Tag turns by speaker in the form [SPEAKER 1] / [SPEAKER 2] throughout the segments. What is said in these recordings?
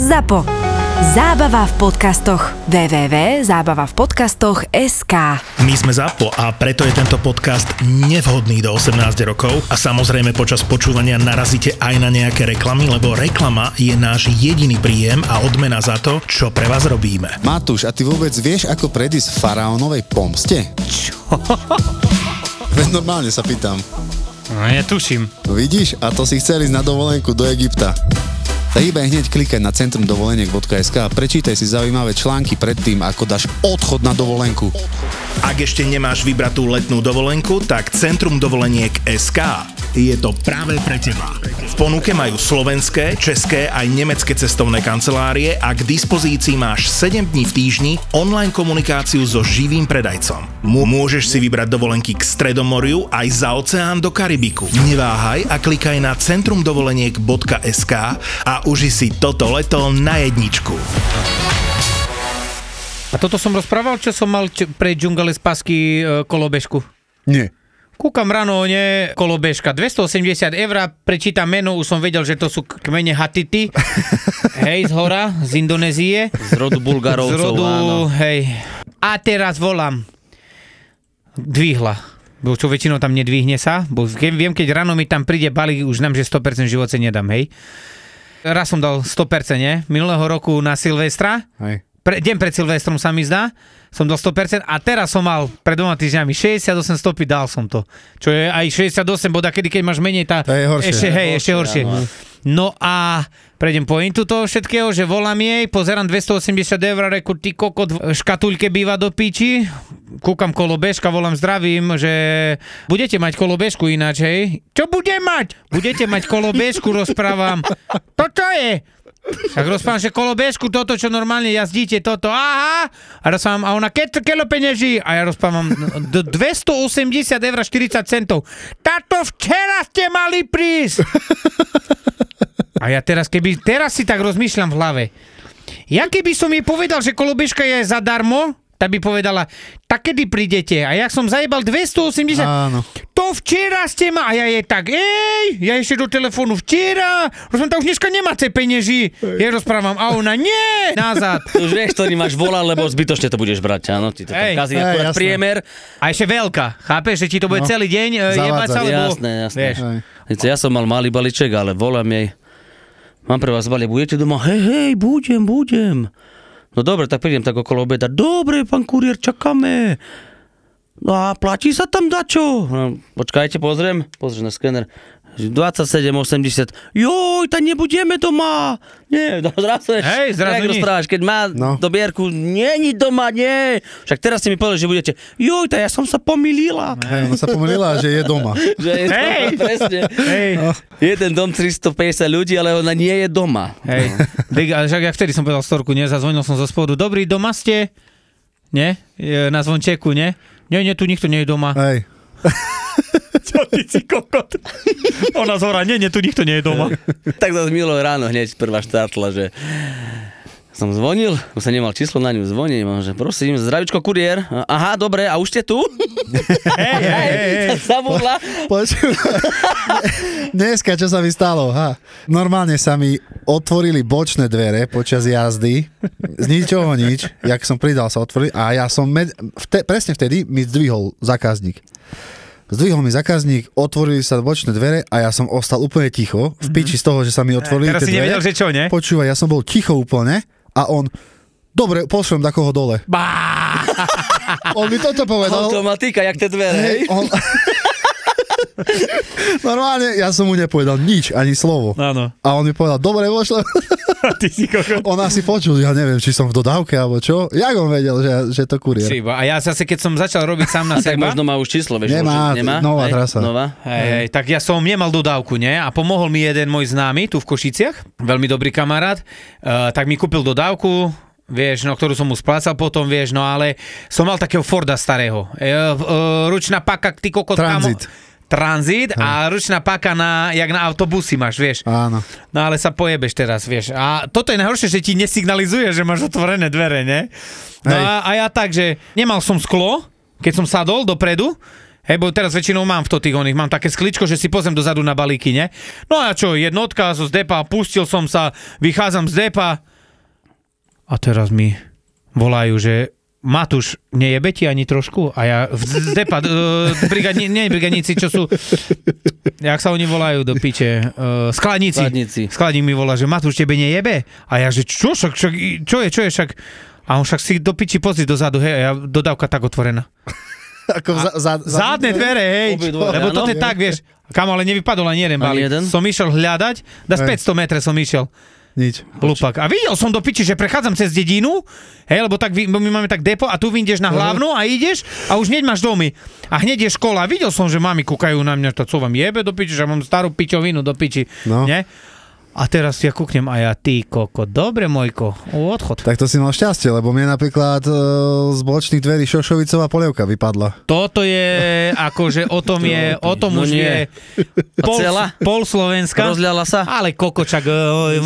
[SPEAKER 1] ZAPO. Zábava v podcastoch. www.zábavavpodcastoch.sk
[SPEAKER 2] My sme ZAPO a preto je tento podcast nevhodný do 18 rokov a samozrejme počas počúvania narazíte aj na nejaké reklamy, lebo reklama je náš jediný príjem a odmena za to, čo pre vás robíme.
[SPEAKER 3] Matúš, a ty vôbec vieš, ako predísť faraónovej pomste? Čo? Veď normálne sa pýtam.
[SPEAKER 4] No ja tuším.
[SPEAKER 3] Vidíš? A to si chcel ísť na dovolenku do Egypta. Tak iba hneď klikaj na centrum dovoleniek.sk a prečítaj si zaujímavé články pred tým, ako dáš odchod na dovolenku.
[SPEAKER 2] Ak ešte nemáš vybratú letnú dovolenku, tak Centrum dovoleniek SK je to práve pre teba. V ponuke majú slovenské, české aj nemecké cestovné kancelárie a k dispozícii máš 7 dní v týždni online komunikáciu so živým predajcom. Mô- Môžeš si vybrať dovolenky k Stredomoriu aj za oceán do Karibiku. Neváhaj a klikaj na centrumdovoleniek.sk a uži si toto leto na jedničku.
[SPEAKER 4] A toto som rozprával, čo som mal č- pre džungale z pasky e, kolobežku?
[SPEAKER 3] Nie.
[SPEAKER 4] Kúkam ráno, nie, kolobežka, 280 eur, prečítam meno, už som vedel, že to sú k- kmene Hatiti, hej, z hora, z Indonézie,
[SPEAKER 5] Z rodu
[SPEAKER 4] z
[SPEAKER 5] Bulgarovcov,
[SPEAKER 4] rodu,
[SPEAKER 5] áno.
[SPEAKER 4] hej. A teraz volám. Dvihla. Bo čo väčšinou tam nedvihne sa, bo viem, viem, keď ráno mi tam príde balík, už znam, že 100% v živote nedám, hej. Raz som dal 100%, nie? Minulého roku na Silvestra,
[SPEAKER 3] Hej.
[SPEAKER 4] pre, deň pred Silvestrom sa mi zdá, som dal 100% a teraz som mal pred dvoma týždňami 68 stopy, dal som to. Čo je aj 68 boda, kedy keď máš menej, tá,
[SPEAKER 3] To je horšie.
[SPEAKER 4] ešte, hej, ešte horšie. No a prejdem pointu toho všetkého, že volám jej, pozerám 280 eur, reku, ty kokot, v škatulke býva do piči, kúkam kolobežka, volám zdravím, že budete mať kolobežku ináč, hej? Čo bude mať? Budete mať kolobežku, rozprávam. To čo je? Tak rozprávam, že kolo bežku, toto, čo normálne jazdíte, toto, aha. A rozprávam, a ona, keď kelo peňaží? A ja rozprávam, "No, "D- 280 eur 40 centov. Táto včera ste mali prísť. A ja teraz, keby, teraz si tak rozmýšľam v hlave. Ja keby som jej povedal, že kolobežka je zadarmo, tak by povedala, tak kedy prídete? A ja som zajebal 280.
[SPEAKER 3] Áno.
[SPEAKER 4] To včera ste ma... A ja je tak, ej, ja ešte do telefónu včera, rozumiem, tak už dneska nemáte penieži. Ja jej rozprávam, a ona, nie, nazad.
[SPEAKER 5] Už vieš, ktorý máš volať, lebo zbytočne to budeš brať, áno? Ti to
[SPEAKER 4] Hej.
[SPEAKER 5] tam kazí
[SPEAKER 3] Hej,
[SPEAKER 5] akurát
[SPEAKER 3] jasné.
[SPEAKER 5] priemer.
[SPEAKER 4] A ešte veľká, chápeš, že ti to bude
[SPEAKER 3] No.
[SPEAKER 4] celý deň e, jebať
[SPEAKER 3] Zavádza.
[SPEAKER 4] sa, lebo...
[SPEAKER 5] Jasné, jasné.
[SPEAKER 4] Vieš.
[SPEAKER 3] Hej.
[SPEAKER 5] Viete, ja som mal malý balíček, ale volám jej. Mám pre vás balík, budete doma? Hej, hej, budem, budem. No dobre, tak prídem tak okolo obeda. Dobre, pán kuriér, čakáme. No a platí sa tam dačo? No, počkajte, pozriem. Pozri na skener. 27,80. Joj, tak nebudeme doma. Nie, no zrazu je-
[SPEAKER 4] Hej, zrazu
[SPEAKER 5] Jak
[SPEAKER 4] nič.
[SPEAKER 5] rozprávaš, keď má
[SPEAKER 3] No.
[SPEAKER 5] no. dobierku, není doma, nie. Však teraz si mi povedal, že budete, joj, tak ja som sa pomýlila.
[SPEAKER 3] Hej, ona sa pomýlila, že je doma.
[SPEAKER 5] Že je
[SPEAKER 4] Hej.
[SPEAKER 5] to, presne.
[SPEAKER 4] Hej,
[SPEAKER 3] No.
[SPEAKER 5] Jeden dom 350 ľudí, ale ona nie je doma.
[SPEAKER 4] hej. Dig, ale však ja vtedy som povedal storku, nie, zazvonil som zo spodu, dobrý, doma ste? Nie? E, Na zvončeku, nie? Nie, nie, tu nikto nie je doma.
[SPEAKER 3] Hej.
[SPEAKER 4] Čo ty si kokot? Ona z hora, nie, nie, tu nikto nie je doma.
[SPEAKER 5] Tak zase milo ráno hneď prvá štartla, že som zvonil, už som nemal číslo na ňu, zvoním, a že prosím, zdravičko kuriér, aha, dobre, a už ste tu?
[SPEAKER 4] Hej, hej, hej, hej.
[SPEAKER 5] Zabudla.
[SPEAKER 3] Počúvaj. Dneska, čo sa mi stalo? Ha. Normálne sa mi otvorili bočné dvere počas jazdy. Z ničoho nič. Jak som pridal, sa otvorili. A ja som... Med... Vte... Presne vtedy mi zdvihol zákazník. Zdvihol mi zákazník, otvorili sa bočné dvere a ja som ostal úplne ticho. V piči z toho, že sa mi otvorili
[SPEAKER 4] Mhm. Teraz
[SPEAKER 3] tie
[SPEAKER 4] si
[SPEAKER 3] dvere.
[SPEAKER 4] nevedel, že čo, nie?
[SPEAKER 3] Počúvaj, ja som bol ticho úplne a on... Dobre, pošlem takoho dole.
[SPEAKER 4] Bá!
[SPEAKER 3] On mi toto povedal.
[SPEAKER 5] Automatika, jak tie dvere, hej?
[SPEAKER 3] Hej, on... Normálne, ja som mu nepovedal nič, ani slovo.
[SPEAKER 4] Áno.
[SPEAKER 3] A on mi povedal, dobre, vošle.
[SPEAKER 4] Ty si kokot.
[SPEAKER 3] On asi počul, ja neviem, či som v dodávke, alebo čo. Jak on vedel, že, že to kuriér?
[SPEAKER 4] Iba. A ja zase, keď som začal robiť sám na
[SPEAKER 5] Tak
[SPEAKER 4] seba,
[SPEAKER 5] možno má už číslo, vieš?
[SPEAKER 3] Nemá,
[SPEAKER 5] už nemá?
[SPEAKER 3] nová
[SPEAKER 5] Hej,
[SPEAKER 3] trasa.
[SPEAKER 5] Nová?
[SPEAKER 4] hej, hej, tak ja som nemal dodávku, nie? A pomohol mi jeden môj známy tu v Košiciach, veľmi dobrý kamarát, uh, tak mi kúpil dodávku, vieš, no, ktorú som mu splácal potom, vieš, no ale som mal takého Forda starého. E, e, ručná paka, ty kokot,
[SPEAKER 3] Transit.
[SPEAKER 4] Kamo, tranzit a ručná paka na, jak na autobusy máš, vieš.
[SPEAKER 3] Áno.
[SPEAKER 4] No ale sa pojebeš teraz, vieš. A toto je najhoršie, že ti nesignalizuje, že máš otvorené dvere, ne? No
[SPEAKER 3] Hej.
[SPEAKER 4] a, a ja tak, že nemal som sklo, keď som sadol dopredu, Hej, bo teraz väčšinou mám v to tých oných, mám také skličko, že si pozriem dozadu na balíky, ne? No a čo, jednotka zo z depa, pustil som sa, vychádzam z depa, A teraz mi volajú, že Matúš, nejebe ti ani trošku? A ja v z- zdepa, uh, brigadni, nie brigadníci, čo sú, jak sa oni volajú do piče, uh, skladníci.
[SPEAKER 5] Skladníci.
[SPEAKER 4] Skladník mi volá, že Matúš, tebe nejebe? A ja, že čo, však, však, čo je, čo je, však, a on však si do piči pozri dozadu, hej, a ja, dodávka tak otvorená.
[SPEAKER 3] Ako za, za, za,
[SPEAKER 4] Zádne dvere, hej.
[SPEAKER 5] Obidvoje,
[SPEAKER 4] lebo to
[SPEAKER 5] áno.
[SPEAKER 4] je tak, vieš. Kam ale nevypadol ani jeden
[SPEAKER 5] Ani
[SPEAKER 4] balík.
[SPEAKER 5] jeden?
[SPEAKER 4] Som išiel hľadať, da z
[SPEAKER 3] Hej.
[SPEAKER 4] 500 metre som išiel.
[SPEAKER 3] Nič.
[SPEAKER 4] Lupak. A videl som do piči, že prechádzam cez dedinu, hej, lebo tak, vy- bo my máme tak depo a tu vyjdeš na
[SPEAKER 5] Mhm.
[SPEAKER 4] hlavnú a ideš a už hneď máš domy. A hneď je škola. A videl som, že mami kúkajú na mňa, to co vám jebe do piči, že mám starú pičovinu do piči.
[SPEAKER 3] No.
[SPEAKER 4] Nie? A teraz ja kúknem a ja, ty koko, dobre mojko, odchod.
[SPEAKER 3] Tak to si mal šťastie, lebo mne napríklad e, z bočných dverí Šošovicová polievka vypadla.
[SPEAKER 4] Toto je, akože o tom je, o tom
[SPEAKER 5] No
[SPEAKER 4] už
[SPEAKER 5] nie.
[SPEAKER 4] je
[SPEAKER 5] A
[SPEAKER 4] pol,
[SPEAKER 5] celá?
[SPEAKER 4] pol Slovenska.
[SPEAKER 5] Rozľala sa?
[SPEAKER 4] Ale kokočak, e,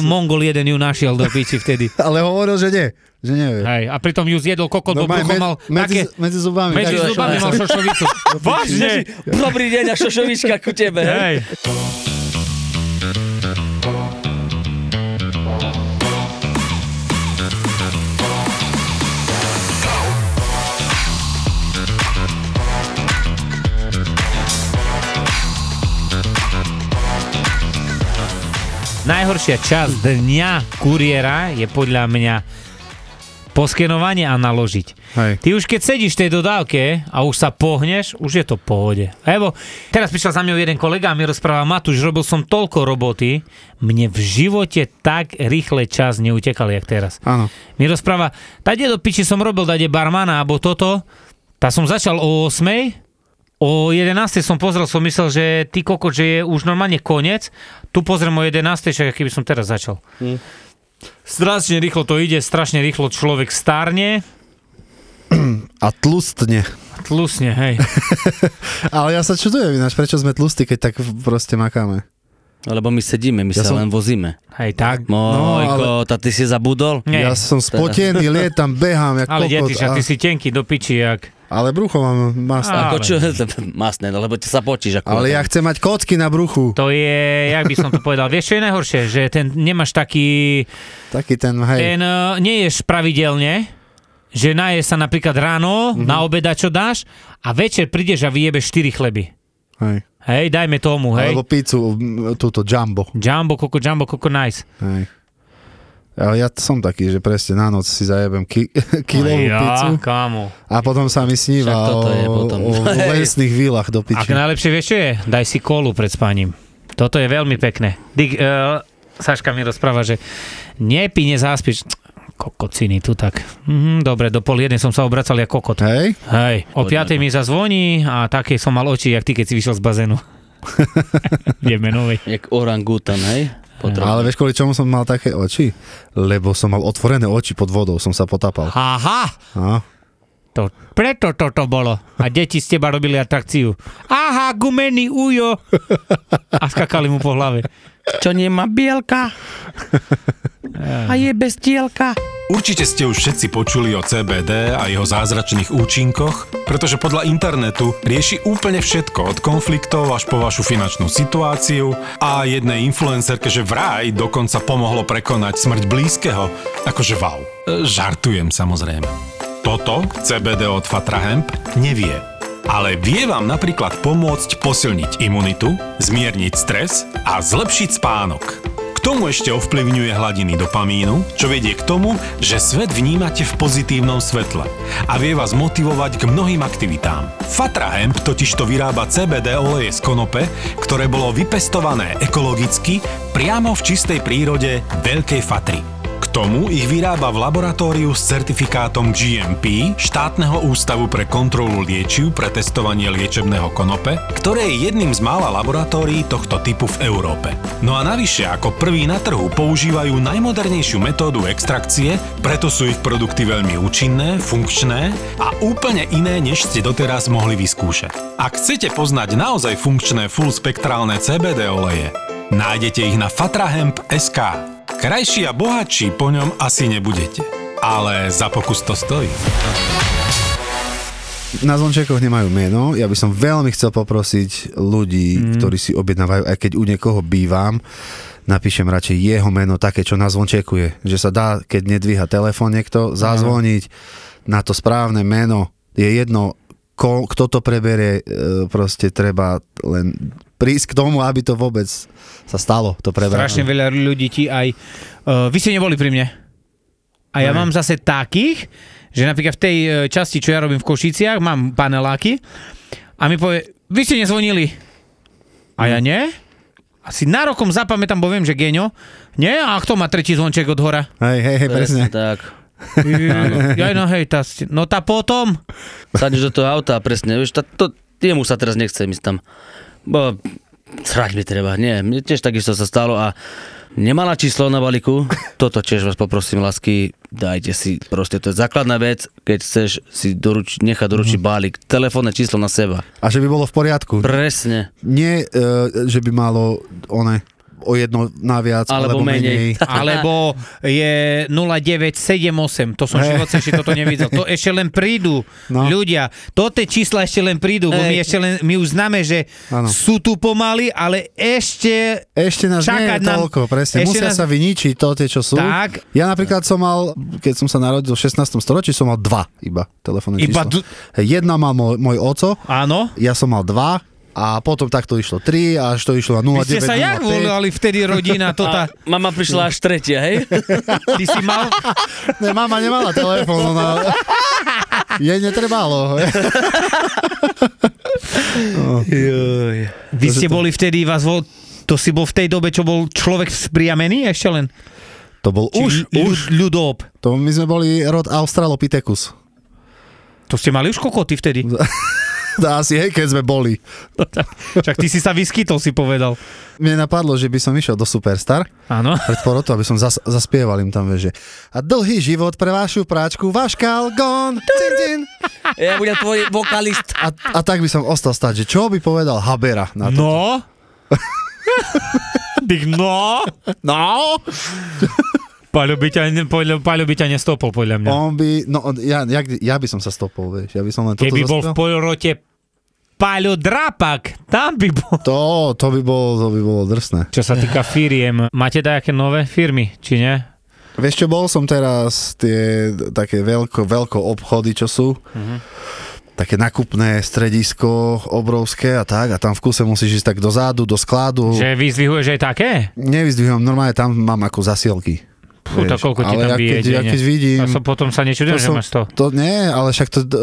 [SPEAKER 4] Mongol jeden ju našiel do piči vtedy.
[SPEAKER 3] Ale hovoril, že nie. Že nevie.
[SPEAKER 4] Hej, a pritom ju zjedol kokot, no,
[SPEAKER 3] Normálne
[SPEAKER 4] brucho mal
[SPEAKER 3] medzi,
[SPEAKER 4] také...
[SPEAKER 3] medzi zubami.
[SPEAKER 4] Medzi
[SPEAKER 3] tak-
[SPEAKER 4] zubami mal šošovicu. Vážne!
[SPEAKER 5] Dobrý deň, a šošovička ku tebe. hej?
[SPEAKER 4] Hej. Najhoršia časť dňa kuriéra je podľa mňa poskenovanie a naložiť.
[SPEAKER 3] Hej.
[SPEAKER 4] Ty už keď sedíš v tej dodávke a už sa pohneš, už je to v pohode. Lebo teraz prišiel za mňou jeden kolega a mi rozpráva, Matúš, robil som toľko roboty, mne v živote tak rýchle čas neutekal, jak teraz.
[SPEAKER 3] Áno.
[SPEAKER 4] Mi rozpráva, tade do piči som robil, tade barmana, alebo toto, tá som začal o 8, o 11 som pozrel, som myslel, že ty koko, že je už normálne koniec, tu pozriem o 11, však keby som teraz začal. Strašne rýchlo to ide, strašne rýchlo človek starne,
[SPEAKER 3] A tlustne.
[SPEAKER 4] tlusne, hej.
[SPEAKER 3] Ale ja sa čudujem ináč, prečo sme tlustí, keď tak proste makáme.
[SPEAKER 5] Lebo my sedíme, my
[SPEAKER 3] Ja som-
[SPEAKER 5] sa len vozíme.
[SPEAKER 4] Hej, tak.
[SPEAKER 5] Mojko, tá ty si zabudol?
[SPEAKER 4] No, Nie,
[SPEAKER 3] No, Ja som
[SPEAKER 5] Teda.
[SPEAKER 3] spotený, lietam, behám, jak
[SPEAKER 4] ale
[SPEAKER 3] kokot.
[SPEAKER 4] detiš, a ty si tenký do piči, jak...
[SPEAKER 3] Ale brucho mám masné.
[SPEAKER 4] Á. Ale-
[SPEAKER 5] Ako čo? Masné, no, lebo ti sa počíš. Ako
[SPEAKER 3] Ale ja chcem mať kocky na bruchu.
[SPEAKER 4] To je, jak by som to povedal, vieš, čo je najhoršie? Že ten, nemáš taký...
[SPEAKER 3] Taký ten, hej.
[SPEAKER 4] Ten uh, neješ pravidelne, že naješ sa napríklad ráno,
[SPEAKER 3] Mhm.
[SPEAKER 4] mm-hmm. na obeda čo dáš, a večer prídeš a vyjebeš 4 chleby.
[SPEAKER 3] hej.
[SPEAKER 4] Hej, dajme tomu, hej.
[SPEAKER 3] Alebo pizzu, m, túto jumbo.
[SPEAKER 4] Jumbo, koko, jumbo, koko, nice.
[SPEAKER 3] Hej. Ale ja t- som taký, že presne na noc si zajebem ki- kilovú
[SPEAKER 4] ja,
[SPEAKER 3] pizzu
[SPEAKER 4] kamo.
[SPEAKER 3] a potom sa mi sníva
[SPEAKER 5] Však toto je
[SPEAKER 3] o,
[SPEAKER 5] potom.
[SPEAKER 3] o
[SPEAKER 5] Hej.
[SPEAKER 3] lesných výlach do
[SPEAKER 4] Ak
[SPEAKER 3] piči.
[SPEAKER 4] najlepšie vieš, čo je? Daj si kolu pred spaním. Toto je veľmi pekné. Dig, uh, Saška mi rozpráva, že nepí, nezáspiš. Kokociny tu tak. Mhm, dobre, do pol jednej som sa obracal jak kokot.
[SPEAKER 3] Hej?
[SPEAKER 4] Hej, o
[SPEAKER 5] Poďme.
[SPEAKER 4] piatej mi zazvoní a také som mal oči, jak ty, keď si vyšiel z bazénu. Ideme novej.
[SPEAKER 5] Jak orangutan, hej? Potrebuješ.
[SPEAKER 3] Ale vieš, kvôli čomu som mal také oči? Lebo som mal otvorené oči pod vodou, som sa potapal. No.
[SPEAKER 4] Aha,
[SPEAKER 3] A?
[SPEAKER 4] to, preto toto bolo. A deti z teba robili atrakciu. Aha, gumený ujo. A skakali mu po hlave.
[SPEAKER 5] Čo nemá bielka? A je bez tielka.
[SPEAKER 6] Určite ste už všetci počuli o CBD a jeho zázračných účinkoch, pretože podľa internetu rieši úplne všetko od konfliktov až po vašu finančnú situáciu a jednej influencerke, že vraj dokonca pomohlo prekonať smrť blízkeho. Akože wow. E, Žartujem samozrejme. Toto CBD od Fatrahemp nevie. Ale vie vám napríklad pomôcť posilniť imunitu, zmierniť stres a zlepšiť spánok. K tomu ešte ovplyvňuje hladiny dopamínu, čo vedie k tomu, že svet vnímate v pozitívnom svetle a vie vás motivovať k mnohým aktivitám. Fatra Hemp totižto vyrába CBD oleje z konope, ktoré bolo vypestované ekologicky priamo v čistej prírode Veľkej Fatry. K tomu ich vyrába v laboratóriu s certifikátom GMP štátneho ústavu pre kontrolu liečiv pre testovanie liečebného konope, ktoré je jedným z mála laboratórií tohto typu v Európe. No a navyše ako prvý na trhu používajú najmodernejšiu metódu extrakcie, preto sú ich produkty veľmi účinné, funkčné a úplne iné, než ste doteraz mohli vyskúšať. Ak chcete poznať naozaj funkčné full spektrálne CBD oleje, nájdete ich na fatrahemp.sk. Krajší a bohatší po ňom asi nebudete. Ale za pokus to stojí.
[SPEAKER 3] Na zvončekoch nemajú meno. Ja by Mhm. som veľmi chcel poprosiť ľudí, ktorí si objednávajú, aj keď u niekoho bývam, napíšem radšej jeho meno, také, čo na zvončeku je. Že sa dá, keď nedvíha telefón niekto, zazvoniť na to správne meno. Je jedno, ko, kto to preberie, e, proste treba len prísť k tomu, aby to vôbec sa stalo, to prebranie.
[SPEAKER 4] Strašne veľa ľudí ti aj... Uh, vy ste neboli pri mne. A ja mám zase takých, že napríklad v tej eh, časti, čo ja robím v Košiciach, mám paneláky a mi povie, vy ste nezvonili. A ja nie? Asi nárokom zapamätám, bo viem, že geňo. Nie? A kto má tretí zvonček od hora?
[SPEAKER 3] Hej, hej, hej, presne.
[SPEAKER 5] Tak.
[SPEAKER 4] Ja no hej, tá, ste- no tá potom.
[SPEAKER 5] Sadneš do toho auta, presne, vieš, tá, to, jemu sa teraz nechce ísť tam. Bo, srať mi treba, nie, mne tiež takisto sa stalo a nemala číslo na balíku, toto tiež vás poprosím, lásky, dajte si, proste to je základná vec, keď chceš si doruč, nechať doručiť
[SPEAKER 4] Mhm.
[SPEAKER 5] balík, telefónne číslo na seba.
[SPEAKER 3] A že by bolo v poriadku.
[SPEAKER 5] Presne,
[SPEAKER 3] Nie, e, že by malo one o jedno naviac,
[SPEAKER 5] Alebo
[SPEAKER 3] alebo, menej.
[SPEAKER 5] menej.
[SPEAKER 4] Alebo je 0978, to som v
[SPEAKER 3] Hej.
[SPEAKER 4] živote ešte toto nevidel. To ešte len prídu
[SPEAKER 3] No.
[SPEAKER 4] ľudia, to tie čísla ešte len prídu, bo my,
[SPEAKER 5] Hej.
[SPEAKER 4] ešte len, my už známe, že
[SPEAKER 3] Áno. E-
[SPEAKER 4] sú tu pomaly, ale ešte...
[SPEAKER 3] Ešte nás nie
[SPEAKER 4] Čakať
[SPEAKER 3] je
[SPEAKER 4] nám-
[SPEAKER 3] toľko, presne.
[SPEAKER 4] ešte
[SPEAKER 3] Musia
[SPEAKER 4] nás-
[SPEAKER 3] sa vyničiť to, tie, čo sú.
[SPEAKER 4] Tak.
[SPEAKER 3] Ja napríklad som mal, keď som sa narodil v 16. storočí, som mal dva iba telefónne
[SPEAKER 4] Iba
[SPEAKER 3] číslo.
[SPEAKER 4] d-
[SPEAKER 3] Jedna mal môj, môj oco,
[SPEAKER 4] Áno.
[SPEAKER 3] ja som mal dva a potom takto išlo 3 až to išlo na
[SPEAKER 4] Vy ste sa jak
[SPEAKER 3] 0905.
[SPEAKER 4] volali vtedy rodina, to tá...
[SPEAKER 5] mama prišla až tretia, hej?
[SPEAKER 4] Ty si mal...
[SPEAKER 3] Ne, mama nemala telefón, ona... Jej netrebalo.
[SPEAKER 4] Vy ste boli vtedy, vás vol... To si bol v tej dobe, čo bol človek spriamený ešte len?
[SPEAKER 3] To bol
[SPEAKER 4] Či
[SPEAKER 3] už,
[SPEAKER 4] ľu-
[SPEAKER 3] už.
[SPEAKER 4] ľudób.
[SPEAKER 3] To my sme boli rod Australopithecus.
[SPEAKER 4] To ste mali už kokoty vtedy.
[SPEAKER 3] Asi hej, keď sme boli.
[SPEAKER 4] Však ty si sa vyskytol, si povedal.
[SPEAKER 3] Mne napadlo, že by som išiel do Superstar
[SPEAKER 4] Áno.
[SPEAKER 3] pred porotou, aby som zas, zaspieval im tam, vieš, že a dlhý život pre vašu práčku, váš kalgón, cin, cin.
[SPEAKER 5] Ja budem tvoj vokalist.
[SPEAKER 3] A, a tak by som ostal stať, že čo by povedal Habera na to.
[SPEAKER 4] No? Dík, no? No? Paľo by, ťa, ne- podľa, Paľo by ťa nestopol, podľa mňa.
[SPEAKER 3] On by, no on, ja, ja, ja by som sa stopol, vieš, ja by som len toto
[SPEAKER 4] Keby bol v
[SPEAKER 3] zaspieval.
[SPEAKER 4] polrote Paľo Drapak, tam by bol.
[SPEAKER 3] To, to by bolo, to by bolo drsné.
[SPEAKER 4] Čo sa týka firiem, máte nejaké nové firmy, či nie?
[SPEAKER 3] Vieš čo, bol som teraz tie také veľko, veľko obchody, čo sú.
[SPEAKER 4] Mhm.
[SPEAKER 3] Také nakupné stredisko obrovské a tak. A tam v kuse musíš ísť tak dozadu, do skladu.
[SPEAKER 4] Že vyzvihuješ aj také?
[SPEAKER 3] Nevyzdvihujem, normálne tam mám ako zasielky.
[SPEAKER 4] Fú, to
[SPEAKER 3] Vieš,
[SPEAKER 4] koľko ti
[SPEAKER 3] ale
[SPEAKER 4] tam
[SPEAKER 3] ja
[SPEAKER 4] vyjede.
[SPEAKER 3] keď, ja
[SPEAKER 4] nie?
[SPEAKER 3] keď vidím,
[SPEAKER 4] A som potom sa nečudujem, že
[SPEAKER 3] som-
[SPEAKER 4] máš to.
[SPEAKER 3] to nie, ale však to, d-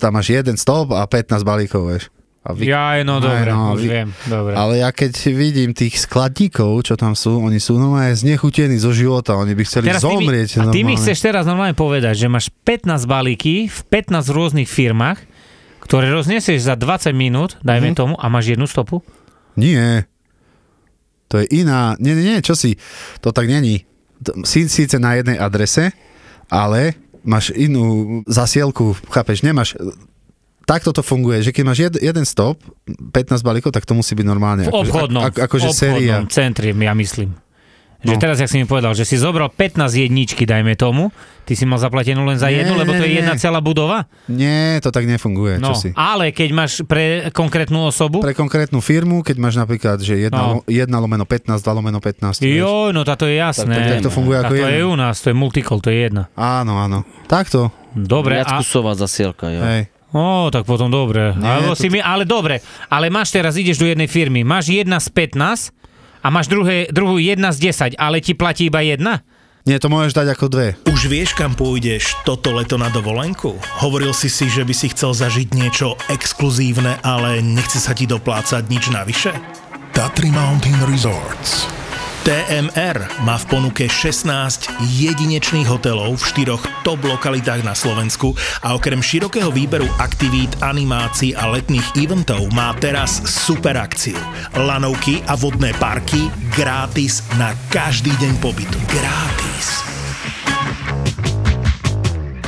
[SPEAKER 3] tam máš jeden stop a 15 balíkov, vieš. A vy,
[SPEAKER 4] Jaj, no
[SPEAKER 3] Aj,
[SPEAKER 4] dobre,
[SPEAKER 3] no,
[SPEAKER 4] už
[SPEAKER 3] vy-
[SPEAKER 4] viem, dobre.
[SPEAKER 3] Ale ja keď vidím tých skladníkov, čo tam sú, oni sú normálne znechutení zo života, oni by chceli
[SPEAKER 4] Teraz ty mi-
[SPEAKER 3] zomrieť.
[SPEAKER 4] A ty
[SPEAKER 3] normálne.
[SPEAKER 4] mi chceš teraz normálne povedať, že máš 15 balíky v 15 rôznych firmách, ktoré roznesieš za 20 minút,
[SPEAKER 3] Mhm.
[SPEAKER 4] dajme tomu, a máš jednu stopu?
[SPEAKER 3] Nie. To je iná. Nie, nie, nie, čo si? To tak není. T- Si síce na jednej adrese, ale máš inú zasielku, chápeš, nemáš... Takto to funguje, že keď máš jed, jeden stop, 15 balíkov, tak to musí byť normálne.
[SPEAKER 4] V
[SPEAKER 3] akože-
[SPEAKER 4] obchodnom,
[SPEAKER 3] Ako, akože
[SPEAKER 4] obchodnom
[SPEAKER 3] séria.
[SPEAKER 4] centri, ja myslím. Že
[SPEAKER 3] No.
[SPEAKER 4] teraz, jak si mi povedal, že si zobral 15 jedničky, dajme tomu, ty si mal zaplatenú len za
[SPEAKER 3] Nie,
[SPEAKER 4] jednu, lebo to je
[SPEAKER 3] nie,
[SPEAKER 4] jedna
[SPEAKER 3] nie.
[SPEAKER 4] celá budova.
[SPEAKER 3] Nie, to tak nefunguje,
[SPEAKER 4] No,
[SPEAKER 3] čo si.
[SPEAKER 4] ale keď máš pre konkrétnu osobu, pre...
[SPEAKER 3] Pre konkrétnu firmu, keď máš napríklad, že 1
[SPEAKER 4] No.
[SPEAKER 3] no. lomeno 15, 2 lomeno 15. vieš.
[SPEAKER 4] jo, no táto je jasné.
[SPEAKER 3] tak to funguje ako
[SPEAKER 4] Táto je
[SPEAKER 3] jeden.
[SPEAKER 4] u nás, to je multikol, to je jedna.
[SPEAKER 3] Áno, áno. Takto.
[SPEAKER 4] Dobre,
[SPEAKER 5] Viac
[SPEAKER 4] a,
[SPEAKER 5] kusová zasielka, jo.
[SPEAKER 3] Hej.
[SPEAKER 4] Ó, tak potom dobre.
[SPEAKER 3] Nie,
[SPEAKER 4] Alebo
[SPEAKER 3] to-
[SPEAKER 4] si mi, ale dobre, ale máš teraz, ideš do jednej firmy, máš jedna z 15 a máš druhé, druhú jedna z 10, ale ti platí iba jedna?
[SPEAKER 3] Nie, to môžeš dať ako dve.
[SPEAKER 2] Už vieš, kam pôjdeš toto leto na dovolenku? Hovoril si si, že by si chcel zažiť niečo exkluzívne, ale nechce sa ti doplácať nič navyše?
[SPEAKER 7] Tatry Mountain Resorts.
[SPEAKER 2] TMR má v ponuke 16 jedinečných hotelov v štyroch top lokalitách na Slovensku a okrem širokého výberu aktivít, animácií a letných eventov má teraz super akciu. Lanovky a vodné parky gratis na každý deň pobytu. Gratis.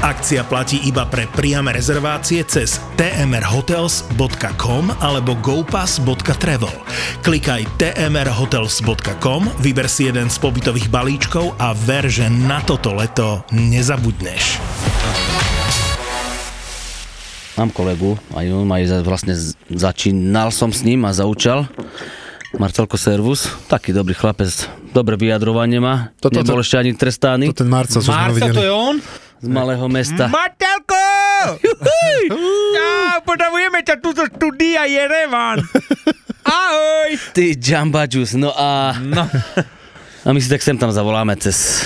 [SPEAKER 2] Akcia platí iba pre priame rezervácie cez tmrhotels.com alebo gopass.travel. Klikaj tmrhotels.com, vyber si jeden z pobytových balíčkov a ver, že na toto leto nezabudneš.
[SPEAKER 5] Mám kolegu, aj on aj za- vlastne z- začínal som s ním a zaučal. Marcelko Servus, taký dobrý chlapec, dobre vyjadrovanie má,
[SPEAKER 3] Toto-
[SPEAKER 5] nebol ešte ani trestaný
[SPEAKER 3] To ten Marco, čo sme ho
[SPEAKER 4] Marcel,
[SPEAKER 3] videli.
[SPEAKER 4] to je on?
[SPEAKER 5] z malého mesta.
[SPEAKER 4] Martelko! Čau, pozdravujeme ťa tu zo štúdia Jerevan. Ahoj!
[SPEAKER 5] Ty Jamba Juice, no a,
[SPEAKER 4] No,
[SPEAKER 5] a my si tak sem tam zavoláme cez,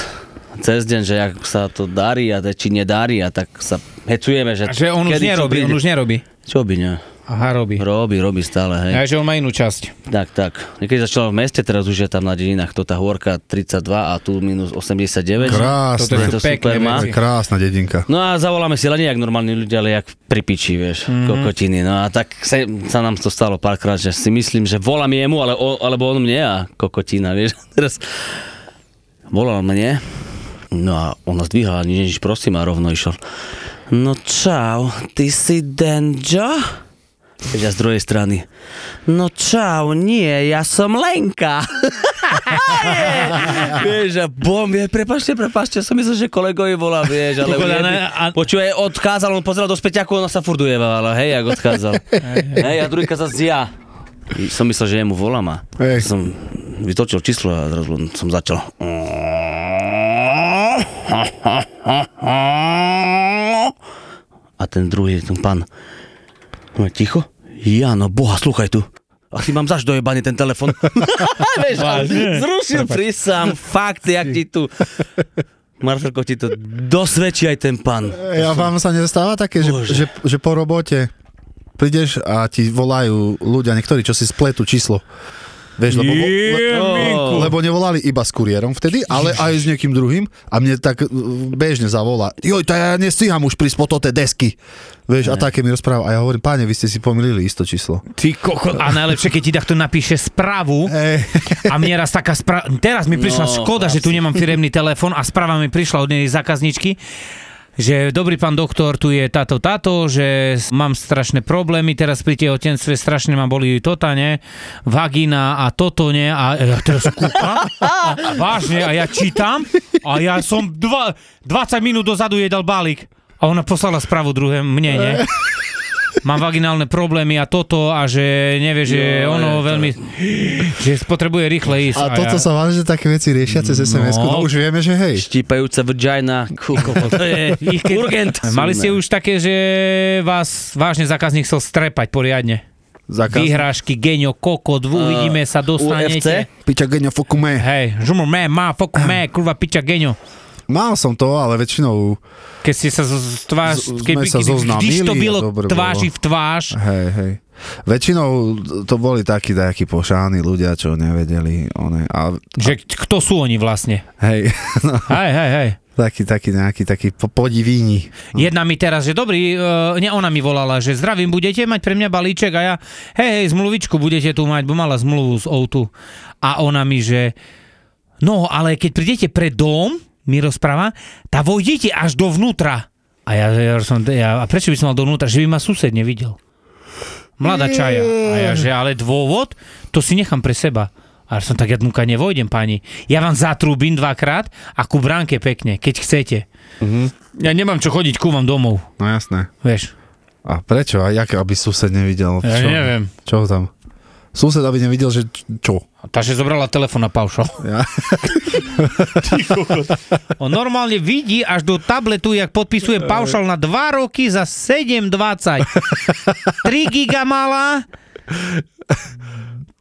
[SPEAKER 5] cez deň, že ak sa to darí a te- či nedarí a tak sa hecujeme, že,
[SPEAKER 4] že on už
[SPEAKER 5] kedy čo
[SPEAKER 4] nerobí,
[SPEAKER 5] príde.
[SPEAKER 4] on už nerobí.
[SPEAKER 5] Čo by ne?
[SPEAKER 4] Aha, robí.
[SPEAKER 5] Robí, robí stále, hej.
[SPEAKER 4] Ja, že on má inú časť.
[SPEAKER 5] Tak, tak. Niekedy začal v meste, teraz už je tam na dedinách to tá hôrka 32 a tu minus 89.
[SPEAKER 4] Toto
[SPEAKER 3] Krásne.
[SPEAKER 4] sú
[SPEAKER 5] To
[SPEAKER 4] pekné
[SPEAKER 5] super má.
[SPEAKER 4] veci.
[SPEAKER 3] Krásna dedinka.
[SPEAKER 5] No a zavoláme si len nejak normálni ľudia, ale jak pri piči, vieš, mm-hmm. kokotiny. No a tak sa, sa nám to stalo párkrát, že si myslím, že volám jemu, ale o, alebo on mne a kokotina, vieš. Teraz volal mne, no a ona zdvíhala, nič, nič, prosím a rovno išiel. No čau, ty si Denjo? Vieš, a z druhej strany. No čau, nie, ja som Lenka. vieš, a bom, je, prepašte, prepašte, som myslel, že kolegovi volá, vieš, ale...
[SPEAKER 4] Kokos, ne, a-
[SPEAKER 5] A... Počuje, odkázal, on pozeral do späťaku, ona sa furt ujevala, hej, jak odkázal. hej, a druhýka zase ja. Som myslel, že jemu volám a
[SPEAKER 3] Hej.
[SPEAKER 5] som vytočil číslo a zrazu len som začal. A ten druhý, ten pán, no je ticho? Ja, no boha, sluchaj tu. Asi mám zaš dojebaný ten telefon. Vieš, ale zrušil prísam, fakt, jak ti tu. Marcelko ti to dosvedčí aj ten pán.
[SPEAKER 3] Ja vám sa nestáva také, že,
[SPEAKER 5] Bože.
[SPEAKER 3] že, že po robote prídeš a ti volajú ľudia, niektorí, čo si spletú číslo. Vieš, lebo,
[SPEAKER 5] minku.
[SPEAKER 3] lebo nevolali iba s kuriérom vtedy, ale aj s niekým druhým a mne tak uh, bežne zavolá, joj, to ja nestíham už prísť po to tie desky. Vieš, a také mi rozpráva. A ja hovorím, páne, vy ste si pomýlili isto číslo.
[SPEAKER 4] Ty koko, a najlepšie, keď ti takto napíše správu
[SPEAKER 3] Ej.
[SPEAKER 4] a mne raz taká správa, teraz mi prišla
[SPEAKER 5] No,
[SPEAKER 4] škoda, že tu nemám firemný telefón a správa mi prišla od nej zákazničky, že dobrý pán doktor, tu je táto, táto, že s- mám strašné problémy, teraz pri tehotenstve strašne ma boli totane, vagina a toto ne, a ja teraz kúka, a vážne, a ja čítam, a ja som dva, 20 minút dozadu jej dal balík. A ona poslala správu druhé mne, ne? Mám vaginálne problémy a toto a že nevie, že
[SPEAKER 5] Jo,
[SPEAKER 4] ono
[SPEAKER 5] je to-
[SPEAKER 4] veľmi, že potrebuje rýchle ísť.
[SPEAKER 3] A toto sa vážne také veci riešia cez SMS-ku. No
[SPEAKER 5] No.
[SPEAKER 3] už vieme, že hej.
[SPEAKER 5] Štípajúca vagina, kúko, to je
[SPEAKER 4] Ich keď-
[SPEAKER 5] urgent.
[SPEAKER 4] Mali ste už také, že vás vážne zákazník chcel strepať poriadne.
[SPEAKER 3] Zákaz. Eh,
[SPEAKER 4] Vyhrážky, genio, kokot,
[SPEAKER 5] Eh,
[SPEAKER 4] uvidíme sa, dostanete.
[SPEAKER 5] UFC?
[SPEAKER 3] Piťa geňo fokume.
[SPEAKER 4] Hej, žumor, mé, má, foku, mé, kurva, piča, genio.
[SPEAKER 3] Mal som to, ale väčšinou...
[SPEAKER 4] Keď ste sa z, z tváž,
[SPEAKER 3] Z-
[SPEAKER 4] keď,
[SPEAKER 3] sme sa
[SPEAKER 4] když
[SPEAKER 3] zoznámili
[SPEAKER 4] to
[SPEAKER 3] a
[SPEAKER 4] bylo
[SPEAKER 3] dobre bolo.
[SPEAKER 4] tváži v tváž,
[SPEAKER 3] Hej, hej. Väčšinou to boli takí dajakí pošáni ľudia, čo nevedeli. One, a,
[SPEAKER 4] že k- kto sú oni vlastne.
[SPEAKER 3] hej, no,
[SPEAKER 4] Hej, hej, hej.
[SPEAKER 3] takí, takí nejakí, takí po- podivíni.
[SPEAKER 4] Jedna mi teraz, že dobrý, uh, ne, ona mi volala, že zdravím, budete mať pre mňa balíček a ja, hej, hej, zmluvičku budete tu mať, bo mala zmluvu z Outu. A ona mi, že no, ale keď prídete pre dom, mi rozpráva, tá vojdete až dovnútra. A ja, ja som, ja, a prečo by som mal dovnútra, že by ma sused nevidel. Mladá čaja. A ja, že ale dôvod, to si nechám pre seba. A ja som tak, ja dnúka nevojdem, pani. Ja vám zatrúbim dvakrát a ku bránke pekne, keď chcete. Ja nemám čo chodiť ku vám domov,
[SPEAKER 3] No jasné.
[SPEAKER 4] vieš.
[SPEAKER 3] A prečo? A jak, aby sused nevidel?
[SPEAKER 4] Ja
[SPEAKER 3] čo,
[SPEAKER 4] neviem.
[SPEAKER 3] Čo tam? Sused, aby nevidel, že č- čo?
[SPEAKER 4] Takže zobrala telefon na paušo.
[SPEAKER 3] Ja.
[SPEAKER 4] On normálne vidí až do tabletu, jak podpisuje paušal na 2 roky za 7,20. 3 giga mala,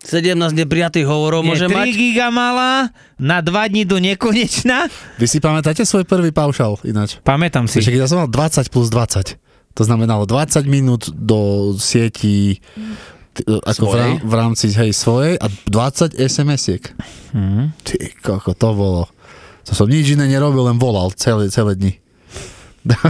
[SPEAKER 5] 17 neprijatých hovorov
[SPEAKER 4] nie,
[SPEAKER 5] môže
[SPEAKER 4] 3
[SPEAKER 5] mať.
[SPEAKER 4] giga mala na 2 dní do nekonečna.
[SPEAKER 3] Vy si pamätáte svoj prvý paušal ináč?
[SPEAKER 4] Pamätám si.
[SPEAKER 3] Čiže keď ja som mal 20 plus 20, to znamenalo 20 minút do sieti t- e, ako v,
[SPEAKER 5] Svojej?
[SPEAKER 3] rám- v rámci hej svojej a 20 SMS-iek. Ty koko, to bolo. To som nič iné nerobil, len volal celé, celé dni.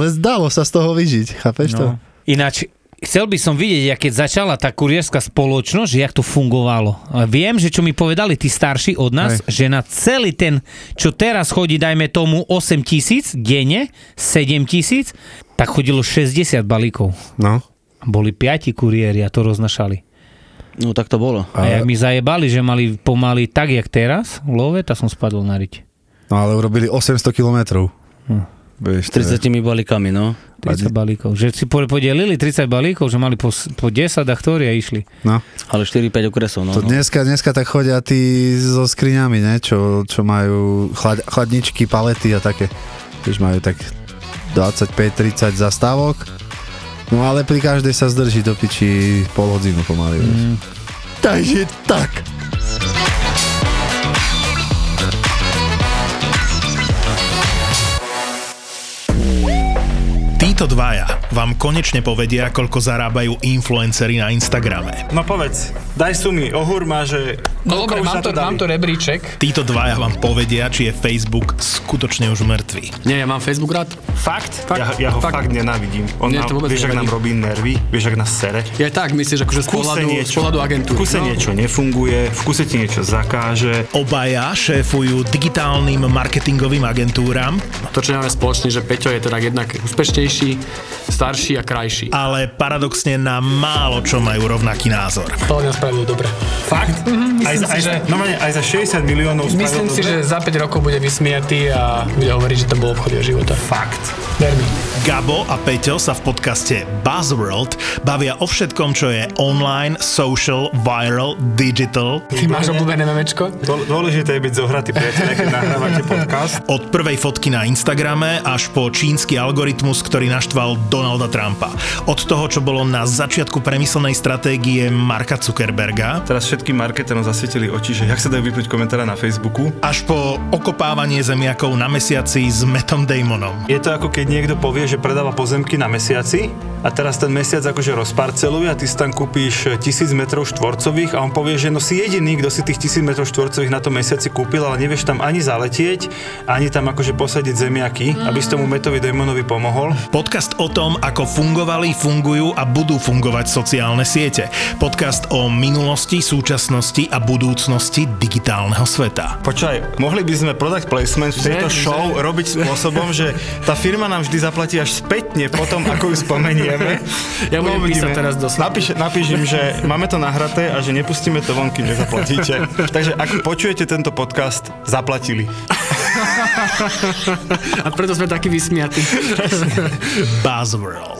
[SPEAKER 3] Ale zdalo sa z toho vyžiť, chápeš no. to?
[SPEAKER 4] No. Ináč, chcel by som vidieť, jak keď začala tá kurierská spoločnosť, že jak to fungovalo. A Viem, že čo mi povedali tí starší od nás, Hej. že na celý ten, čo teraz chodí, dajme tomu 8 tisíc denne, 7 tisíc, tak chodilo 60 balíkov.
[SPEAKER 3] No.
[SPEAKER 4] Boli piati kuriéri a to roznašali.
[SPEAKER 5] No tak to bolo.
[SPEAKER 4] A jak mi zajebali, že mali pomaly tak, jak teraz, love, tak som spadol na riť.
[SPEAKER 3] no ale urobili 800 kilometrov. Hm. Vieš, to je-
[SPEAKER 5] 40 balíkami, no.
[SPEAKER 4] 30 balíkov. Že si po- podelili 30 balíkov, že mali po, s- po 10 a ktoria išli.
[SPEAKER 3] No.
[SPEAKER 5] Ale 4-5 okresov, no.
[SPEAKER 3] To
[SPEAKER 5] no.
[SPEAKER 3] dneska, dneska tak chodia tí so skriňami, ne? Čo, čo majú chlad, chladničky, palety a také. Tiež majú tak 25-30 zastávok. No ale pri každej sa zdrží do piči pol hodinu pomaly. Mm. Takže tak.
[SPEAKER 2] Títo dvaja vám konečne povedia, koľko zarábajú influencery na Instagrame.
[SPEAKER 8] No povedz, daj sumy, ohurma, že...
[SPEAKER 9] No dobre,
[SPEAKER 8] koľko už
[SPEAKER 9] mám
[SPEAKER 8] na
[SPEAKER 9] to,
[SPEAKER 8] dali?
[SPEAKER 9] mám to rebríček.
[SPEAKER 2] Títo dvaja vám povedia, či je Facebook skutočne už mŕtvy.
[SPEAKER 9] Nie, ja mám Facebook rád.
[SPEAKER 8] Fakt? fakt? Ja, ja ho fakt, fakt nenávidím. On
[SPEAKER 9] Mne
[SPEAKER 8] nám,
[SPEAKER 9] to vôbec
[SPEAKER 8] vieš, ak nám
[SPEAKER 9] nevadí.
[SPEAKER 8] robí nervy, vieš, ak nás sere.
[SPEAKER 9] Je tak, myslíš, akože z
[SPEAKER 8] V kuse
[SPEAKER 9] pohľadu, z
[SPEAKER 8] niečo-
[SPEAKER 9] pohľadu agentúry.
[SPEAKER 8] V kuse
[SPEAKER 9] no.
[SPEAKER 8] niečo nefunguje, v kuse ti niečo zakáže.
[SPEAKER 2] Obaja šéfujú digitálnym marketingovým agentúram,
[SPEAKER 9] To, čo máme spoločne, že Peťo je teda jednak úspešnejší, starší a krajší. A
[SPEAKER 2] ale paradoxne na málo čo majú rovnaký názor.
[SPEAKER 9] to nás spravilo dobre. Mhm,
[SPEAKER 8] Fakt? Mhm, Aj,
[SPEAKER 9] Myslím
[SPEAKER 8] za-
[SPEAKER 9] si,
[SPEAKER 8] aj,
[SPEAKER 9] že...
[SPEAKER 8] za- normálne, aj za 60 miliónov spravil
[SPEAKER 9] Myslím si,
[SPEAKER 8] dobre?
[SPEAKER 9] že za 5 rokov bude vysmiatý a bude hovoriť, že to bol obchod jeho života.
[SPEAKER 8] Fakt.
[SPEAKER 9] Ver mi.
[SPEAKER 2] Gabo a Peťo sa v podcaste Buzzworld bavia o všetkom, čo je online, social, viral, digital,
[SPEAKER 9] Ty máš obľúbené memečko?
[SPEAKER 8] Dôl- Dôležité je byť zohratý, priateľe, keď nahrávate podcast.
[SPEAKER 2] od prvej fotky na Instagrame až po čínsky algoritmus, ktorý naštval Donalda Trumpa. Od toho, čo bolo na začiatku premyslenej stratégie Marka Zuckerberga,
[SPEAKER 8] Teraz všetkým marketerom zasvietili oči, že jak sa dajú vypliť komentára na Facebooku.
[SPEAKER 2] až po okopávanie zemiakov na mesiaci s Metom Damonom.
[SPEAKER 8] Je to ako keď niekto povie, že predáva pozemky na mesiaci a teraz ten mesiac akože rozparceluje a ty si tam kúpíš 1000 m štvorcových a on povie, že no si jediný, kto si tých 1000 m štvorcových na tom mesiaci kúpil, ale nevieš tam ani zaletieť, ani tam akože posadiť zemiaky, aby si tomu metovi démonovi pomohol.
[SPEAKER 2] Podcast o tom, ako fungovali, fungujú a budú fungovať sociálne siete. Podcast o minulosti, súčasnosti a budúcnosti digitálneho sveta.
[SPEAKER 8] Počkaj, mohli by sme product placement v tejto show robiť spôsobom, že tá firma nám vždy zaplatí až spätne potom, ako ju spomenieme.
[SPEAKER 9] Ja budem
[SPEAKER 8] Uvidíme.
[SPEAKER 9] písať teraz do sna-
[SPEAKER 8] Napíš, napíš im, že máme to nahraté a že nepustíme to von, kým nezaplatíte. Takže ak počujete tento podcast, zaplatili.
[SPEAKER 9] A preto sme takí vysmiatí.
[SPEAKER 2] Buzzworld.